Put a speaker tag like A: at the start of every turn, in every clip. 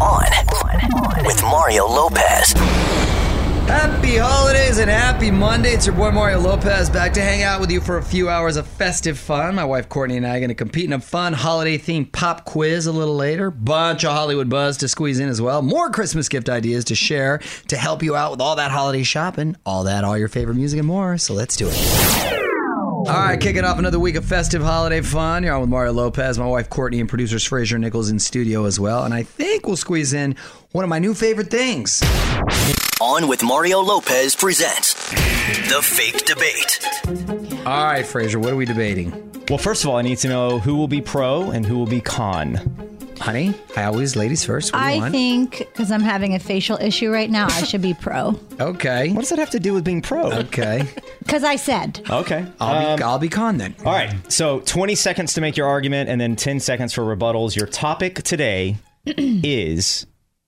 A: On, on with Mario Lopez.
B: Happy holidays and happy Monday. It's your boy Mario Lopez back to hang out with you for a few hours of festive fun. My wife Courtney and I are going to compete in a fun holiday themed pop quiz a little later. Bunch of Hollywood buzz to squeeze in as well. More Christmas gift ideas to share to help you out with all that holiday shopping, all that, all your favorite music and more. So let's do it. All right, kicking off another week of festive holiday fun. You're on with Mario Lopez, my wife Courtney, and producers Fraser Nichols in studio as well. And I think we'll squeeze in one of my new favorite things.
A: On with Mario Lopez presents The Fake Debate.
B: All right, Fraser, what are we debating?
C: Well, first of all, I need to know who will be pro and who will be con.
B: Honey, I always ladies first. What do you
D: I
B: want?
D: think because I'm having a facial issue right now, I should be pro.
B: Okay.
C: What does that have to do with being pro?
B: Okay.
D: Because I said,
C: Okay.
B: I'll,
C: Um,
B: be, I'll be con then.
C: all right. So 20 seconds to make your argument and then 10 seconds for rebuttals. Your topic today is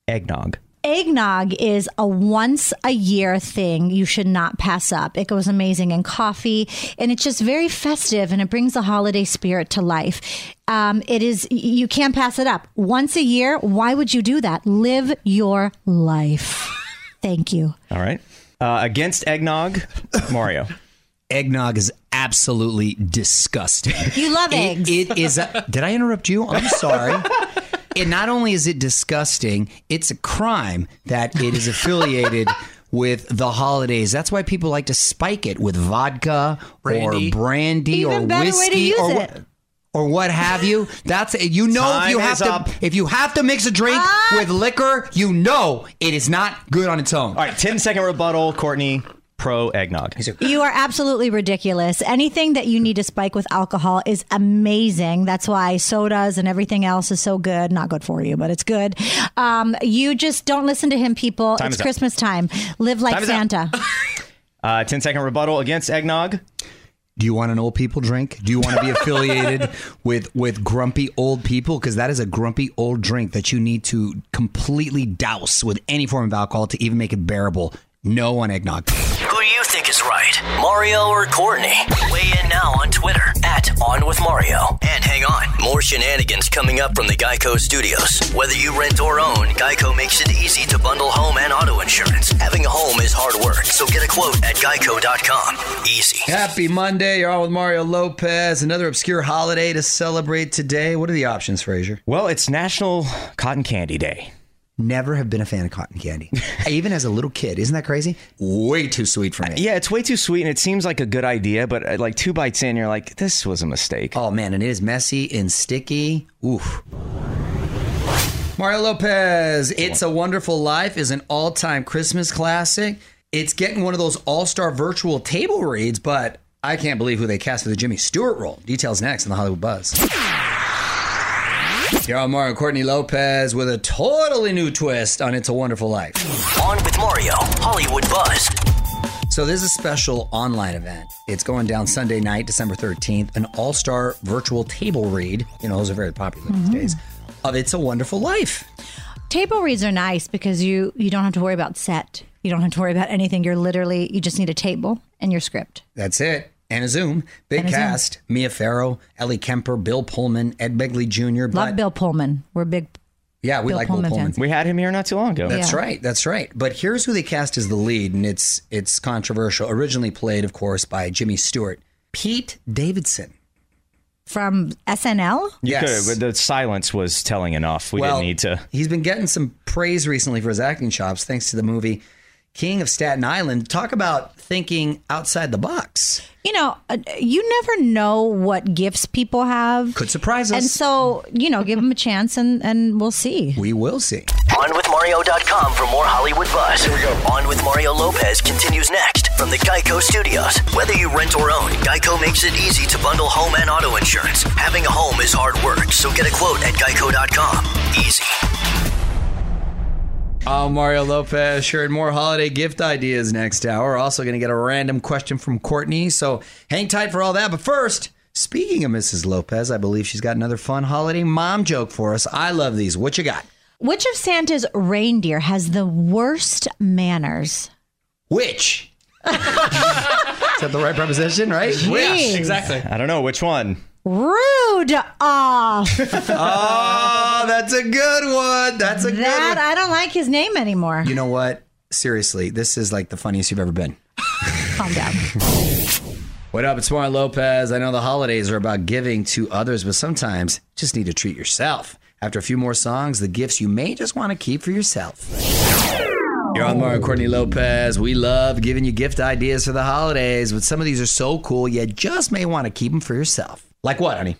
C: eggnog.
D: eggnog is a once a year thing you should not pass up. It goes amazing in coffee, and it's just very festive, and it brings the holiday spirit to life. Um, it is you can't pass it up once a year. Why would you do that? Live your life. Thank you.
C: All right. Uh, against eggnog, Mario.
E: eggnog is absolutely disgusting.
D: You love eggs.
E: It, it is. A, did I interrupt you? I'm sorry. And not only is it disgusting, it's a crime that it is affiliated with the holidays. That's why people like to spike it with vodka
B: Brandy.
E: or brandy
D: Even
E: or
D: better way to
E: whiskey
D: use
E: or
D: it.
E: what. Or what have you? That's you know
C: Time
E: if you
C: is
E: have to
C: up.
E: if you have to mix a drink
D: Ah!
E: with liquor, you know it is not good on its own.
C: All right. 10 second rebuttal, Courtney, pro eggnog.
D: You are absolutely ridiculous. Anything that you need to spike with alcohol is amazing. That's why sodas and everything else is so good. Not good for you, but it's good. Um, you just don't listen to him, people.
C: Time
D: it's
C: is up.
D: Christmas time. Live like
C: Time is up.
D: Santa.
C: Uh, 10 second rebuttal against eggnog.
E: Do you want an old people drink? Do you want to be affiliated with with grumpy old people? Because that is a grumpy old drink that you need to completely douse with any form of alcohol to even make it bearable. No on eggnog.
A: Who do you think is right, Mario or Courtney? Weigh in now on Twitter at On With Mario. And hang on, more shenanigans coming up from the Geico Studios. Whether you rent or own, Geico makes it easy to bundle home and auto insurance. Having a home is hard work, so get a quote at geico.com. Easy.
B: Happy Monday. You're on with Mario Lopez. Another obscure holiday to celebrate today. What are the options, Frazier?
C: Well, it's National Cotton Candy Day.
E: Never have been a fan of cotton candy. even as a little kid, isn't that crazy? Way too sweet for me.
C: Yeah, it's way too sweet and it seems like a good idea, but uh, like two bites in,
E: Uh,
C: you're like, this was a mistake.
E: Oh man, and it is messy and sticky. Oof. Mario Lopez, It's a Wonderful Life is an all time Christmas classic. It's getting one of those all star virtual table reads, but I can't believe who they cast for the Jimmy Stewart role. Details next on the Hollywood Buzz. Here are Mario and Courtney Lopez with a totally new twist on It's a Wonderful Life.
A: On with Mario, Hollywood Buzz.
E: So there's a special online event. It's going down Sunday night, December 13th, an all-star virtual table read. You know, those are very popular
D: Mm-hmm.
E: these days. Of It's a Wonderful Life.
D: Table reads are nice because you you don't have to worry about set. You don't have to worry about anything. You're literally you just need a table and your script.
E: That's it. Anna Zoom, big
D: Zoom.
E: cast. Mia Farrow, Ellie Kemper, Bill Pullman, Ed Begley Jr.
D: Love
E: but-
D: Bill Pullman. We're big.
E: Yeah, we
D: Bill
E: like
D: Pullman
E: Bill Pullman.
D: fans.
C: We had him here not too long ago.
E: That's
D: Yeah.
E: right. That's right. But here's who they cast as the lead, and it's it's controversial. Originally played, of course, by Jimmy Stewart, Pete Davidson.
D: From SNL,
E: Yes.
C: Good, but the silence was telling enough. We
E: well,
C: didn't need to.
E: He's been getting some praise recently for his acting chops, thanks to the movie King of Staten Island. Talk about thinking outside the box.
D: you know, uh, you never know what gifts people have,
E: Could surprise us.
D: and so you know, give them a chance, and and we'll see.
E: we will see.
A: OnWithMario.com for more Hollywood buzz. Here we go. On with Mario Lopez continues next from the Geico Studios. Whether you rent or own, Geico makes it easy to bundle home and auto insurance. Having a home is hard work, so get a quote at Geico.com. Easy.
E: Oh, Mario Lopez sharing more holiday gift ideas next hour. Also, going to get a random question from Courtney. So hang tight for all that. But first, speaking of Mrs. Lopez, I believe she's got another fun holiday mom joke for us. I love these. What you got?
D: Which of Santa's reindeer has the worst manners?
E: Which? Is that the right preposition, right?
D: Jeez.
E: exactly.
C: I don't know which one.
D: Rude off.
E: Oh, that's a good one. That's a good
D: that
E: one.
D: I don't like his name anymore.
E: You know what? Seriously, this is like the funniest you've ever been.
D: Calm down.
E: What up? It's Mario Lopez. I know the holidays are about giving to others, but sometimes you just need to treat yourself. After a few more songs, the gifts you may just want to keep for yourself. You're on Mario and Courtney Lopez. We love giving you gift ideas for the holidays, but some of these are so cool, you just may want to keep them for yourself. Like what, honey?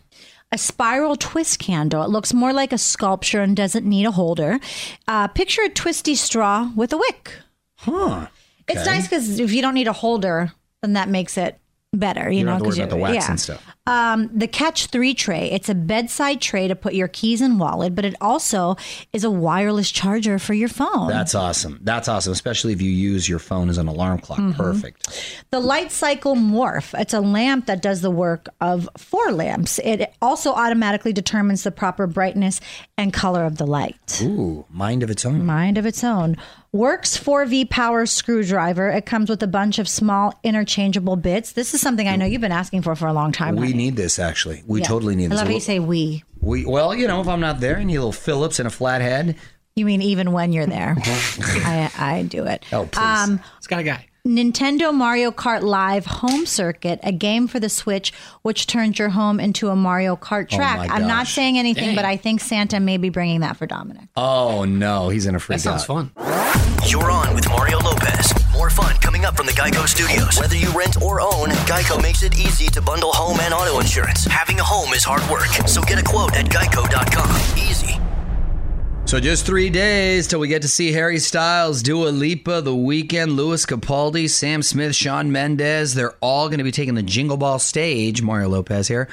D: a spiral twist candle. It looks more like a sculpture and doesn't need a holder. Uh, picture a twisty straw with a wick.
E: Huh.
D: It's nice because if you don't need a holder, then that makes it better. You,
E: You
D: know,
E: don't have
D: 'cause
E: to worry about the
D: you-
E: wax
D: yeah.
E: and stuff.
D: Um, the catch three tray. It's a bedside tray to put your keys and wallet, but it also is a wireless charger for your phone.
E: That's awesome. That's awesome, especially if you use your phone as an alarm clock.
D: Mm-hmm.
E: Perfect.
D: The light cycle morph. It's a lamp that does the work of four lamps. It also automatically determines the proper brightness and color of the light.
E: Ooh, mind of its own.
D: mind of its own. Works 4V power screwdriver. It comes with a bunch of small interchangeable bits. This is something I know you've been asking for for a long time.
E: We
D: honey.
E: need this actually. We
D: Yeah.
E: totally need
D: I
E: this.
D: love how
E: We-
D: you say we.
E: We well, you know, if I'm not there, I need a little Phillips and a flathead.
D: You mean even when you're there? I, I do it. Um,
E: Oh, please.
F: It's got a guy.
D: Nintendo Mario Kart Live Home Circuit, a game for the Switch, which turns your home into a Mario Kart track.
E: Oh my
D: I'm not
E: gosh.
D: saying anything, but I think Santa may be bringing that for Dominic.
E: oh no, he's in a freak
F: That sounds
E: out.
F: fun.
A: You're on with Mario Lopez. More fun coming up from the Geico Studios. Whether you rent or own, Geico makes it easy to bundle home and auto insurance. Having a home is hard work, so get a quote at Geico.com. Easy.
E: So just three days till we get to see Harry Styles, Dua Lipa, The Weekend, Louis Capaldi, Sam Smith, Sean Mendez. They're all going to be taking the Jingle Ball stage. Mario Lopez here.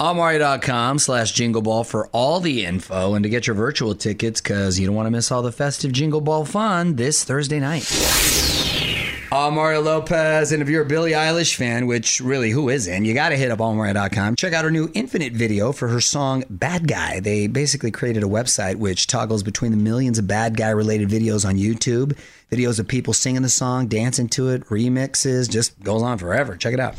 E: Amari.com slash Jingle Ball for all the info and to get your virtual tickets because you don't want to miss all the festive Jingle Ball fun this Thursday night. All Mario Lopez, and if you're a Billie Eilish fan, which really who isn't, you got to hit up allmario.com. Check out her new Infinite video for her song Bad Guy. They basically created a website which toggles between the millions of bad guy related videos on YouTube, videos of people singing the song, dancing to it, remixes, just goes on forever. Check it out.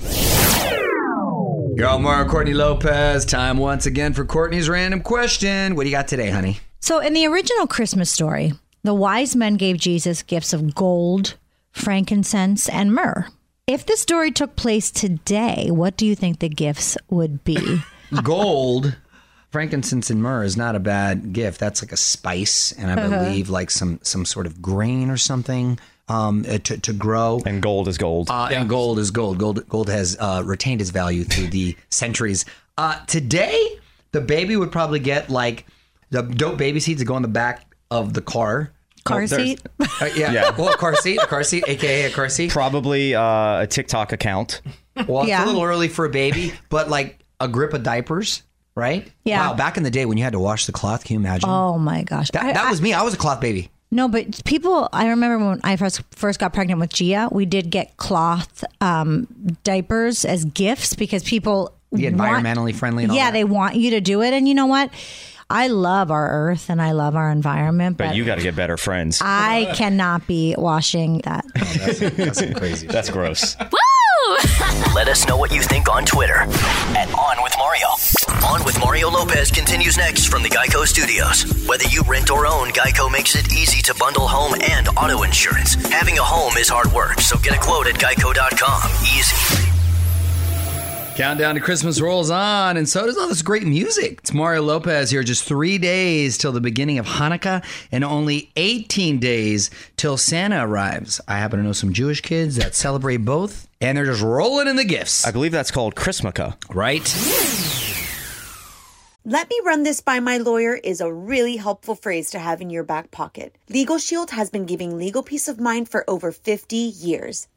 E: You're all Mario Courtney Lopez. Time once again for Courtney's random question. What do you got today, honey?
D: So, in the original Christmas story, the wise men gave Jesus gifts of gold, frankincense, and myrrh. If this story took place today, what do you think the gifts would be?
E: gold frankincense and myrrh is not a bad gift that's like a spice and i
D: Uh-huh.
E: believe like some some sort of grain or something um uh, to, to grow
C: And gold is gold.
E: uh, and gold is gold gold gold has uh, retained its value through the centuries uh today the baby would probably get like The dope baby seats that go in the back of the car.
D: Car
C: there's-
D: seat.
E: Uh, yeah.
C: Yeah.
E: Well, a car seat, a car seat, aka a car seat.
C: Probably uh, a TikTok account.
E: Well,
D: Yeah.
E: it's a little early for a baby, but like a grip of diapers, right?
D: Yeah.
E: Wow, back in the day when you had to wash the cloth, can you imagine?
D: Oh my gosh.
E: that,
D: I-
E: that
D: I-
E: was me. I was a cloth baby.
D: No, but people, I remember when I first first got pregnant with Gia, we did get cloth um, diapers as gifts because people
E: The
D: want-
E: environmentally friendly and all
D: yeah,
E: that.
D: they want you to do it, and you know what? I love our earth and I love our environment, but,
C: But you got to get better friends.
D: I cannot be washing that.
C: That's gross.
A: Let us know what you think on Twitter at On With Mario. On With Mario Lopez continues next from the Geico Studios. Whether you rent or own, Geico makes it easy to bundle home and auto insurance. Having a home is hard work, so get a quote at geico.com. Easy.
B: Countdown to Christmas rolls on, and so does all this great music. It's Mario Lopez here, just three days till the beginning of Hanukkah, and only 18 days till Santa arrives. I happen to know some Jewish kids that celebrate both, and they're just rolling in the gifts.
C: I believe that's called Chrismica.
B: Right?
G: Let me run this by my lawyer is a really helpful phrase to have in your back pocket. Legal Shield has been giving legal peace of mind for over 50 years.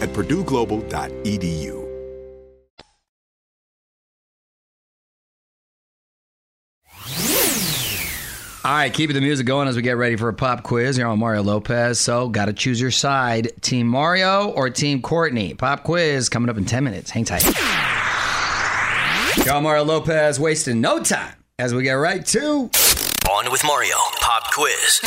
H: at purdueglobal.edu.
B: All right, keeping the music going as we get ready for a pop quiz here on Mario Lopez. So, got to choose your side Team Mario or Team Courtney. Pop quiz coming up in 10 minutes. Hang tight. Here on Mario Lopez, wasting no time as we get right to.
A: On With Mario, pop quiz.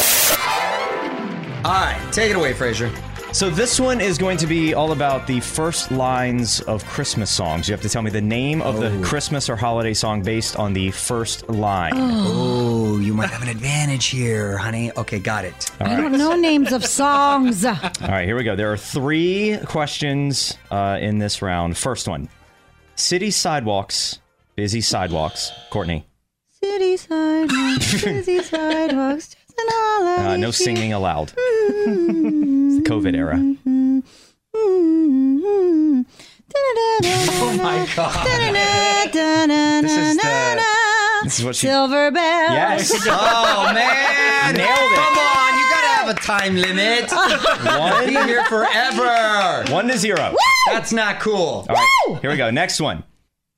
B: All right, take it away, Frazier.
C: So this one is going to be all about the first lines of Christmas songs. You have to tell me the name of the Christmas or holiday song based on the first line.
E: Oh, you might have an advantage here, honey. Okay, got it.
D: I don't know names of songs.
C: All right, here we go. There are three questions uh, in this round. First one City sidewalks, busy sidewalks. Courtney,
D: City sidewalks, busy sidewalks, just an holiday
C: uh,
D: cheer.
C: no singing allowed. it's
D: Mm-hmm.
C: the COVID era.
D: Oh
B: my God.
C: This is the- this is what she-
D: Silver bells.
C: Yes.
B: Oh, man.
C: Nailed it.
B: Come on, you got to have a time limit. Be
C: One,
B: here forever.
C: one to zero.
B: That's not cool.
C: All right, here we go. Next one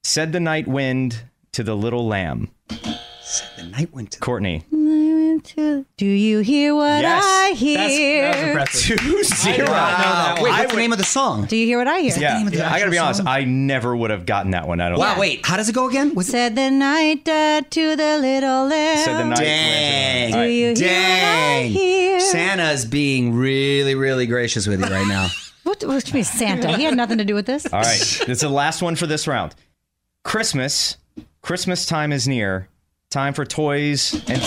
C: Said the night wind to the little lamb.
E: The night went to
C: Courtney.
D: Do you hear what
C: Yes.
D: I
I: That's,
D: hear?
I: that was impressive.
C: Two zero.
E: Wow. Wait, what's the name of the song?
D: Do you hear what I hear?
C: Yeah,
E: name of the
C: I gotta be
E: actual
C: honest.
E: song?
C: I never would have gotten that one. I don't.
E: Wow,
C: think.
E: wait, how does it go again? Was it
D: Said the night died to the little lamb.
C: Said the night wind.
E: Dang.
C: All
D: Do
C: right.
D: you
E: Dang.
D: hear what I hear?
E: Santa's being really, really gracious with you right now.
D: What, which means Santa. He had nothing to do with this.
C: All right. That's the last one for this round. Christmas. Christmas time is near. Time for toys and.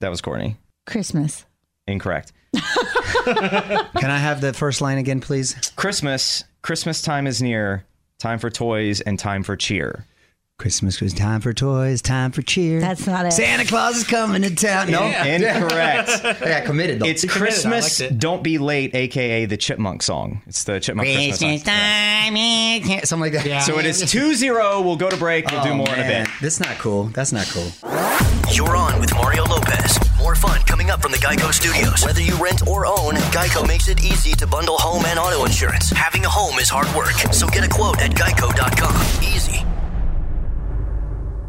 C: That was Courtney.
D: Christmas.
C: Incorrect.
E: Can I have the first line again, please?
C: Christmas. Christmas time is near. Time for toys and time for cheer.
E: Christmas was time for toys, time for cheer.
D: That's not it.
E: Santa Claus is coming to town. No,
C: Incorrect.
E: I got committed though.
C: It's
I: committed. I
C: Christmas.
I: liked it.
C: Don't be late, aka the Chipmunk song. It's the Chipmunk Christmas song.
E: time, is here. something like that.
C: So it is 2 0. We'll go to break. We'll do
E: Oh,
C: more in a
E: man.
C: bit.
E: That's not cool. That's not cool.
A: You're on with Mario Lopez. More fun coming up from the Geico Studios. Whether you rent or own, Geico makes it easy to bundle home and auto insurance. Having a home is hard work, so get a quote at geico.com. Easy.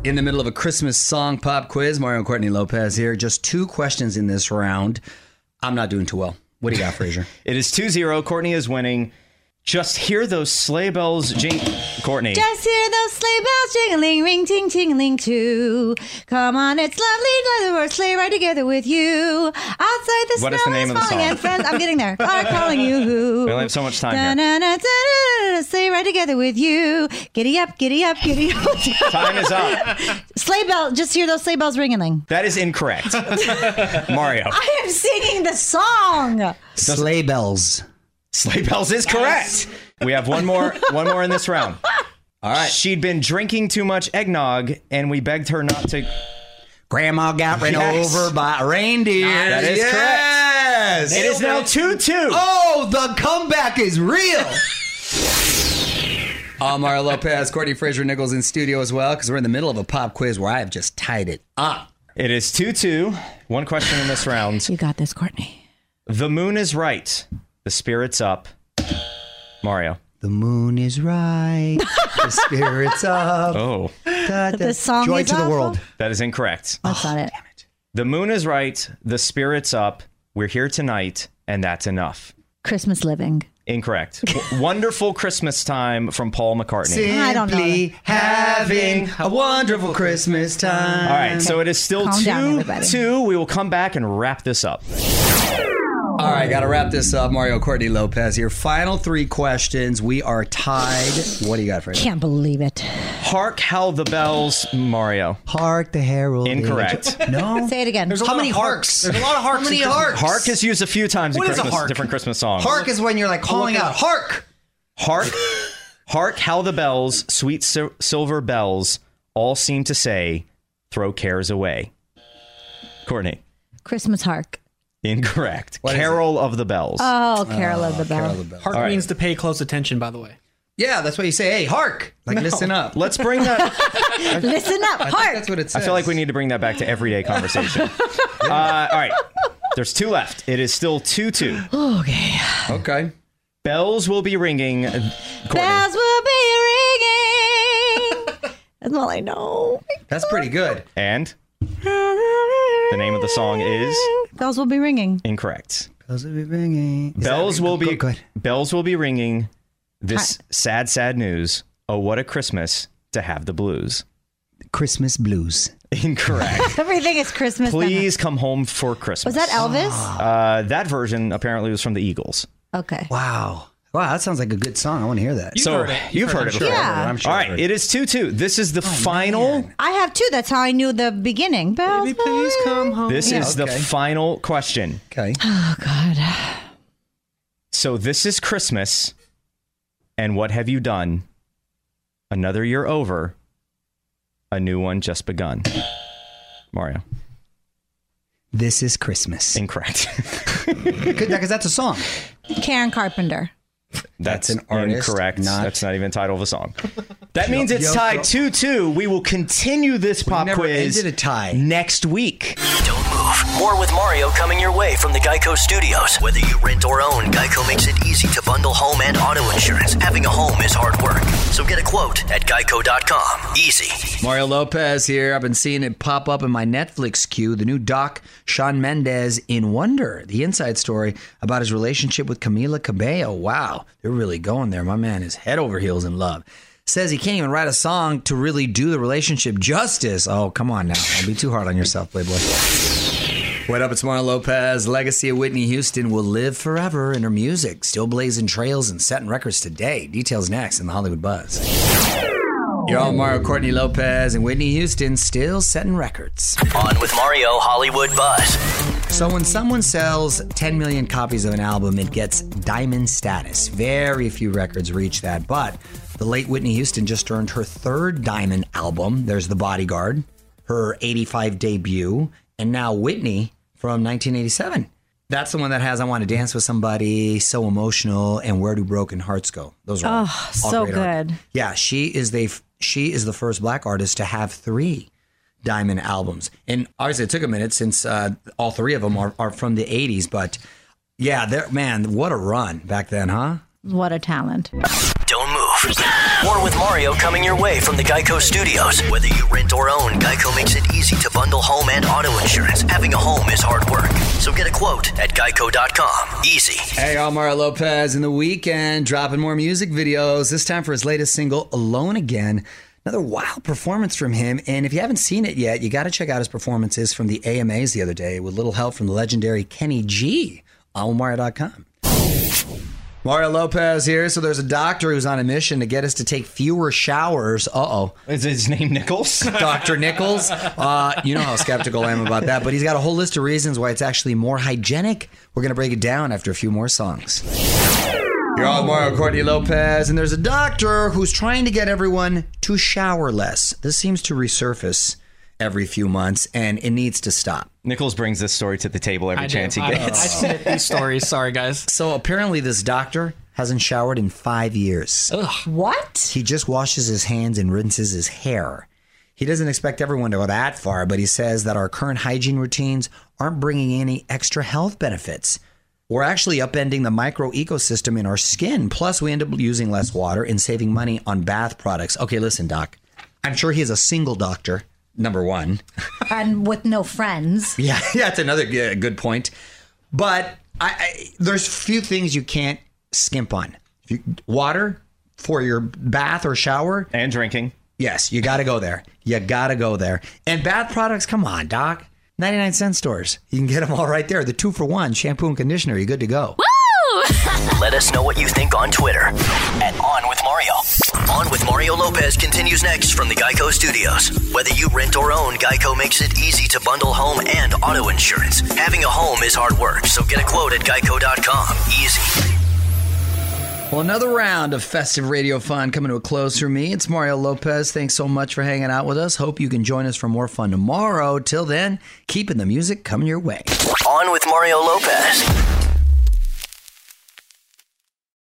E: In the middle of a Christmas song pop quiz, Mario and Courtney Lopez here. Just two questions in this round. I'm not doing too well. What do you got, Frazier?
C: It is 2 0. Courtney is winning. Just hear those sleigh bells jing. Courtney.
D: Just hear those sleigh bells jingling, ring ting tingling too. Come on, it's lovely, let our sleigh ride together with you. Outside the
C: What
D: snow
C: is the name
D: is
C: of the
D: falling
C: song?
D: and friends, I'm getting there. Are calling you.
C: We only have so much time here.
D: here. Sleigh ride together with you. Giddy up, giddy up, giddy up.
C: Time is up.
D: sleigh bell, just hear those sleigh bells ringing.
C: That is incorrect. Mario.
D: I am singing the song.
E: Sleigh bells.
C: Sleigh bells is correct. We have one more one more in this round. All right. She'd been drinking too much eggnog and we begged her not to
E: Grandma got ran
C: Yes.
E: over by a reindeer.
C: That is correct.
E: yes.
C: It is now 2 2.
E: Oh, the comeback is real. Amara Uh, Lopez, Courtney Fraser Nichols in studio as well, because we're in the middle of a pop quiz where I have just tied it up.
C: It is 2 2. One question in this round.
D: You got this, Courtney.
C: The moon is right. The spirit's up. Mario.
E: The moon is right. The spirit's up.
C: Oh,
E: Da, da.
D: The song
E: Joy
D: is
E: to the
D: awful.
E: world.
C: that is incorrect.
D: That's not it.
C: The moon is right. The spirit's up. We're here tonight, and that's enough.
D: Christmas living.
C: Incorrect. W- Wonderful Christmas time from Paul McCartney.
D: I don't know
E: Simply having a wonderful Christmas time.
C: All right, so it is still
D: Um, Calm down,
C: two
D: everybody.
C: two. We will come back and wrap this up.
E: All right, got to wrap this up. Mario Courtney Lopez here. Final three questions. We are tied. What do you got for us?
D: Can't believe it.
C: Hark how the bells, Mario.
E: Hark the Herald.
C: Incorrect.
E: Angels- No.
D: Say it again.
E: How many harks? There's a lot of harks. How many harks?
C: Hark is used a few times in
E: What is a
C: Christmas,
E: hark?
C: different Christmas songs.
E: Hark is when you're like calling out. Hark.
C: hark, hark how the bells, sweet sil- silver bells, all seem to say, "Throw cares away." Courtney,
D: Christmas hark.
C: incorrect.
E: What is it?
C: Carol of the bells.
D: Oh, Carol of the Bell.
I: Hark means to pay close attention, by the way.
E: Yeah, that's why you say, "Hey, hark!" Like listen up.
C: Let's bring that.
D: Listen up, hark.
E: That's what it
C: I
E: says.
C: feel like we need to bring that back to everyday conversation. uh, all right. There's two left. It is still 2 2.
D: Okay.
E: Okay.
C: Bells will be ringing. uh, Courtney.
D: Bells will be ringing. That's all I know.
E: That's pretty good.
C: And the name of the song is
D: Bells will be ringing.
C: incorrect.
E: Bells will be ringing. Is
C: bells
E: that-
C: will be
E: Go- go ahead.
C: bells will be ringing. This sad, sad news. Oh, what a Christmas to have the blues.
E: Christmas blues.
C: Incorrect.
D: Everything is Christmas.
C: Please come home for
D: Was
C: Christmas.
D: that Elvis?
C: uh, that version apparently was from the Eagles.
D: Okay.
E: Wow. Wow, that sounds like a good song. I want to hear that.
I: You've
C: So,
I: heard it.
C: you've heard it
I: I'm
C: before.
D: Yeah.
E: I'm sure.
C: All right, it is 2 2. This is
E: Oh,
C: the final
D: I have two. That's how I knew the beginning. Bells will
I: Please
D: be-
I: come home.
C: This
E: Yeah,
C: is the
E: okay.
C: final question.
E: Okay.
D: Oh, God.
C: So this is Christmas, and what have you done? Another year over, a new one just begun. Mario,
E: This is Christmas.
C: incorrect.
E: Because that's a song.
D: Karen Carpenter.
C: That's,
E: an artist,
C: incorrect.
E: not-
C: That's not even the title of a song. That means it's
E: yo,
C: tied
E: yo.
C: 2 2. We will continue this pop
E: never
C: quiz
E: ended a tie.
C: next week.
A: Don't move. More with Mario coming your way from the Geico Studios. Whether you rent or own, Geico makes it easy to bundle home and auto insurance. Having a home is hard work. So get a quote at geico.com. Easy.
E: Mario Lopez here. I've been seeing it pop up in my Netflix queue. The new doc, Sean Mendez in Wonder, the inside story about his relationship with Camila Cabello. Wow, they're really going there. My man is head over heels in love. Says he can't even write a song to really do the relationship justice. Oh, come on now. Don't be too hard on yourself, Playboy. What up? It's Mario Lopez. Legacy of Whitney Houston will live forever in her music, still blazing trails and setting records today. Details next in the Hollywood Buzz. You're all Mario Courtney Lopez and Whitney Houston still setting records.
A: On with Mario Hollywood Buzz.
E: So when someone sells 10 million copies of an album, it gets diamond status. Very few records reach that, but the late Whitney Houston just earned her third diamond album. There's The Bodyguard, her 85 debut, and now Whitney from 1987. That's the one that has I Want to Dance with Somebody, So Emotional, and Where Do Broken Hearts Go. Those are all- all
D: Ah, so
E: great artists.
D: good.
E: Yeah, she is the she is the first black artist to have three diamond albums. And obviously, it took a minute since uh, all three of them are, are from the '80s. But yeah, there, man, what a run back then, huh?
D: What a talent.
A: Don't move. More with Mario coming your way from the Geico Studios. Whether you rent or own, Geico makes it easy to bundle home and auto insurance. Having a home is hard work. So get a quote at geico.com. Easy.
E: Hey, Omar Lopez in the weekend dropping more music videos. This time for his latest single, "Alone Again." Another wild performance from him. And if you haven't seen it yet, you got to check out his performances from the AMAs the other day with little help from the legendary Kenny G on Omar.com. Mario Lopez here. So there's a doctor who's on a mission to get us to take fewer showers. Uh oh.
C: Is his name Nichols?
E: Dr. Nichols. Uh, you know how skeptical I am about that, but he's got a whole list of reasons why it's actually more hygienic. We're going to break it down after a few more songs. You're all Mario Courtney Lopez, and there's a doctor who's trying to get everyone to shower less. This seems to resurface every few months, and it needs to stop.
C: Nichols brings this story to the table every
I: I do.
C: chance he
I: I- I
C: gets.
I: submit these stories. Sorry, guys.
E: So apparently, this doctor hasn't showered in five years.
D: What?
E: He just washes his hands and rinses his hair. He doesn't expect everyone to go that far, but he says that our current hygiene routines aren't bringing any extra health benefits. We're actually upending the micro ecosystem in our skin. Plus, we end up using less water and saving money on bath products. Okay, listen, Doc. I'm sure he is a single doctor, number one.
D: And with no friends.
E: Yeah, yeah, that's another g- good point. But I, I there's few things you can't skimp on. If you, water for your bath or shower,
C: and drinking.
E: Yes, you got to go there. You got to go there. And bath products, come on, doc. 99 cent stores. You can get them all right there. The two for one shampoo and conditioner. You're good to go.
A: Let us know what you think on Twitter at On With Mario. On With Mario Lopez continues next from the Geico Studios. Whether you rent or own, Geico makes it easy to bundle home and auto insurance. Having a home is hard work, so get a quote at geico.com. Easy.
E: Well, another round of festive radio fun coming to a close for me. It's Mario Lopez. Thanks so much for hanging out with us. Hope you can join us for more fun tomorrow. Till then, keeping the music coming your way.
A: On With Mario Lopez.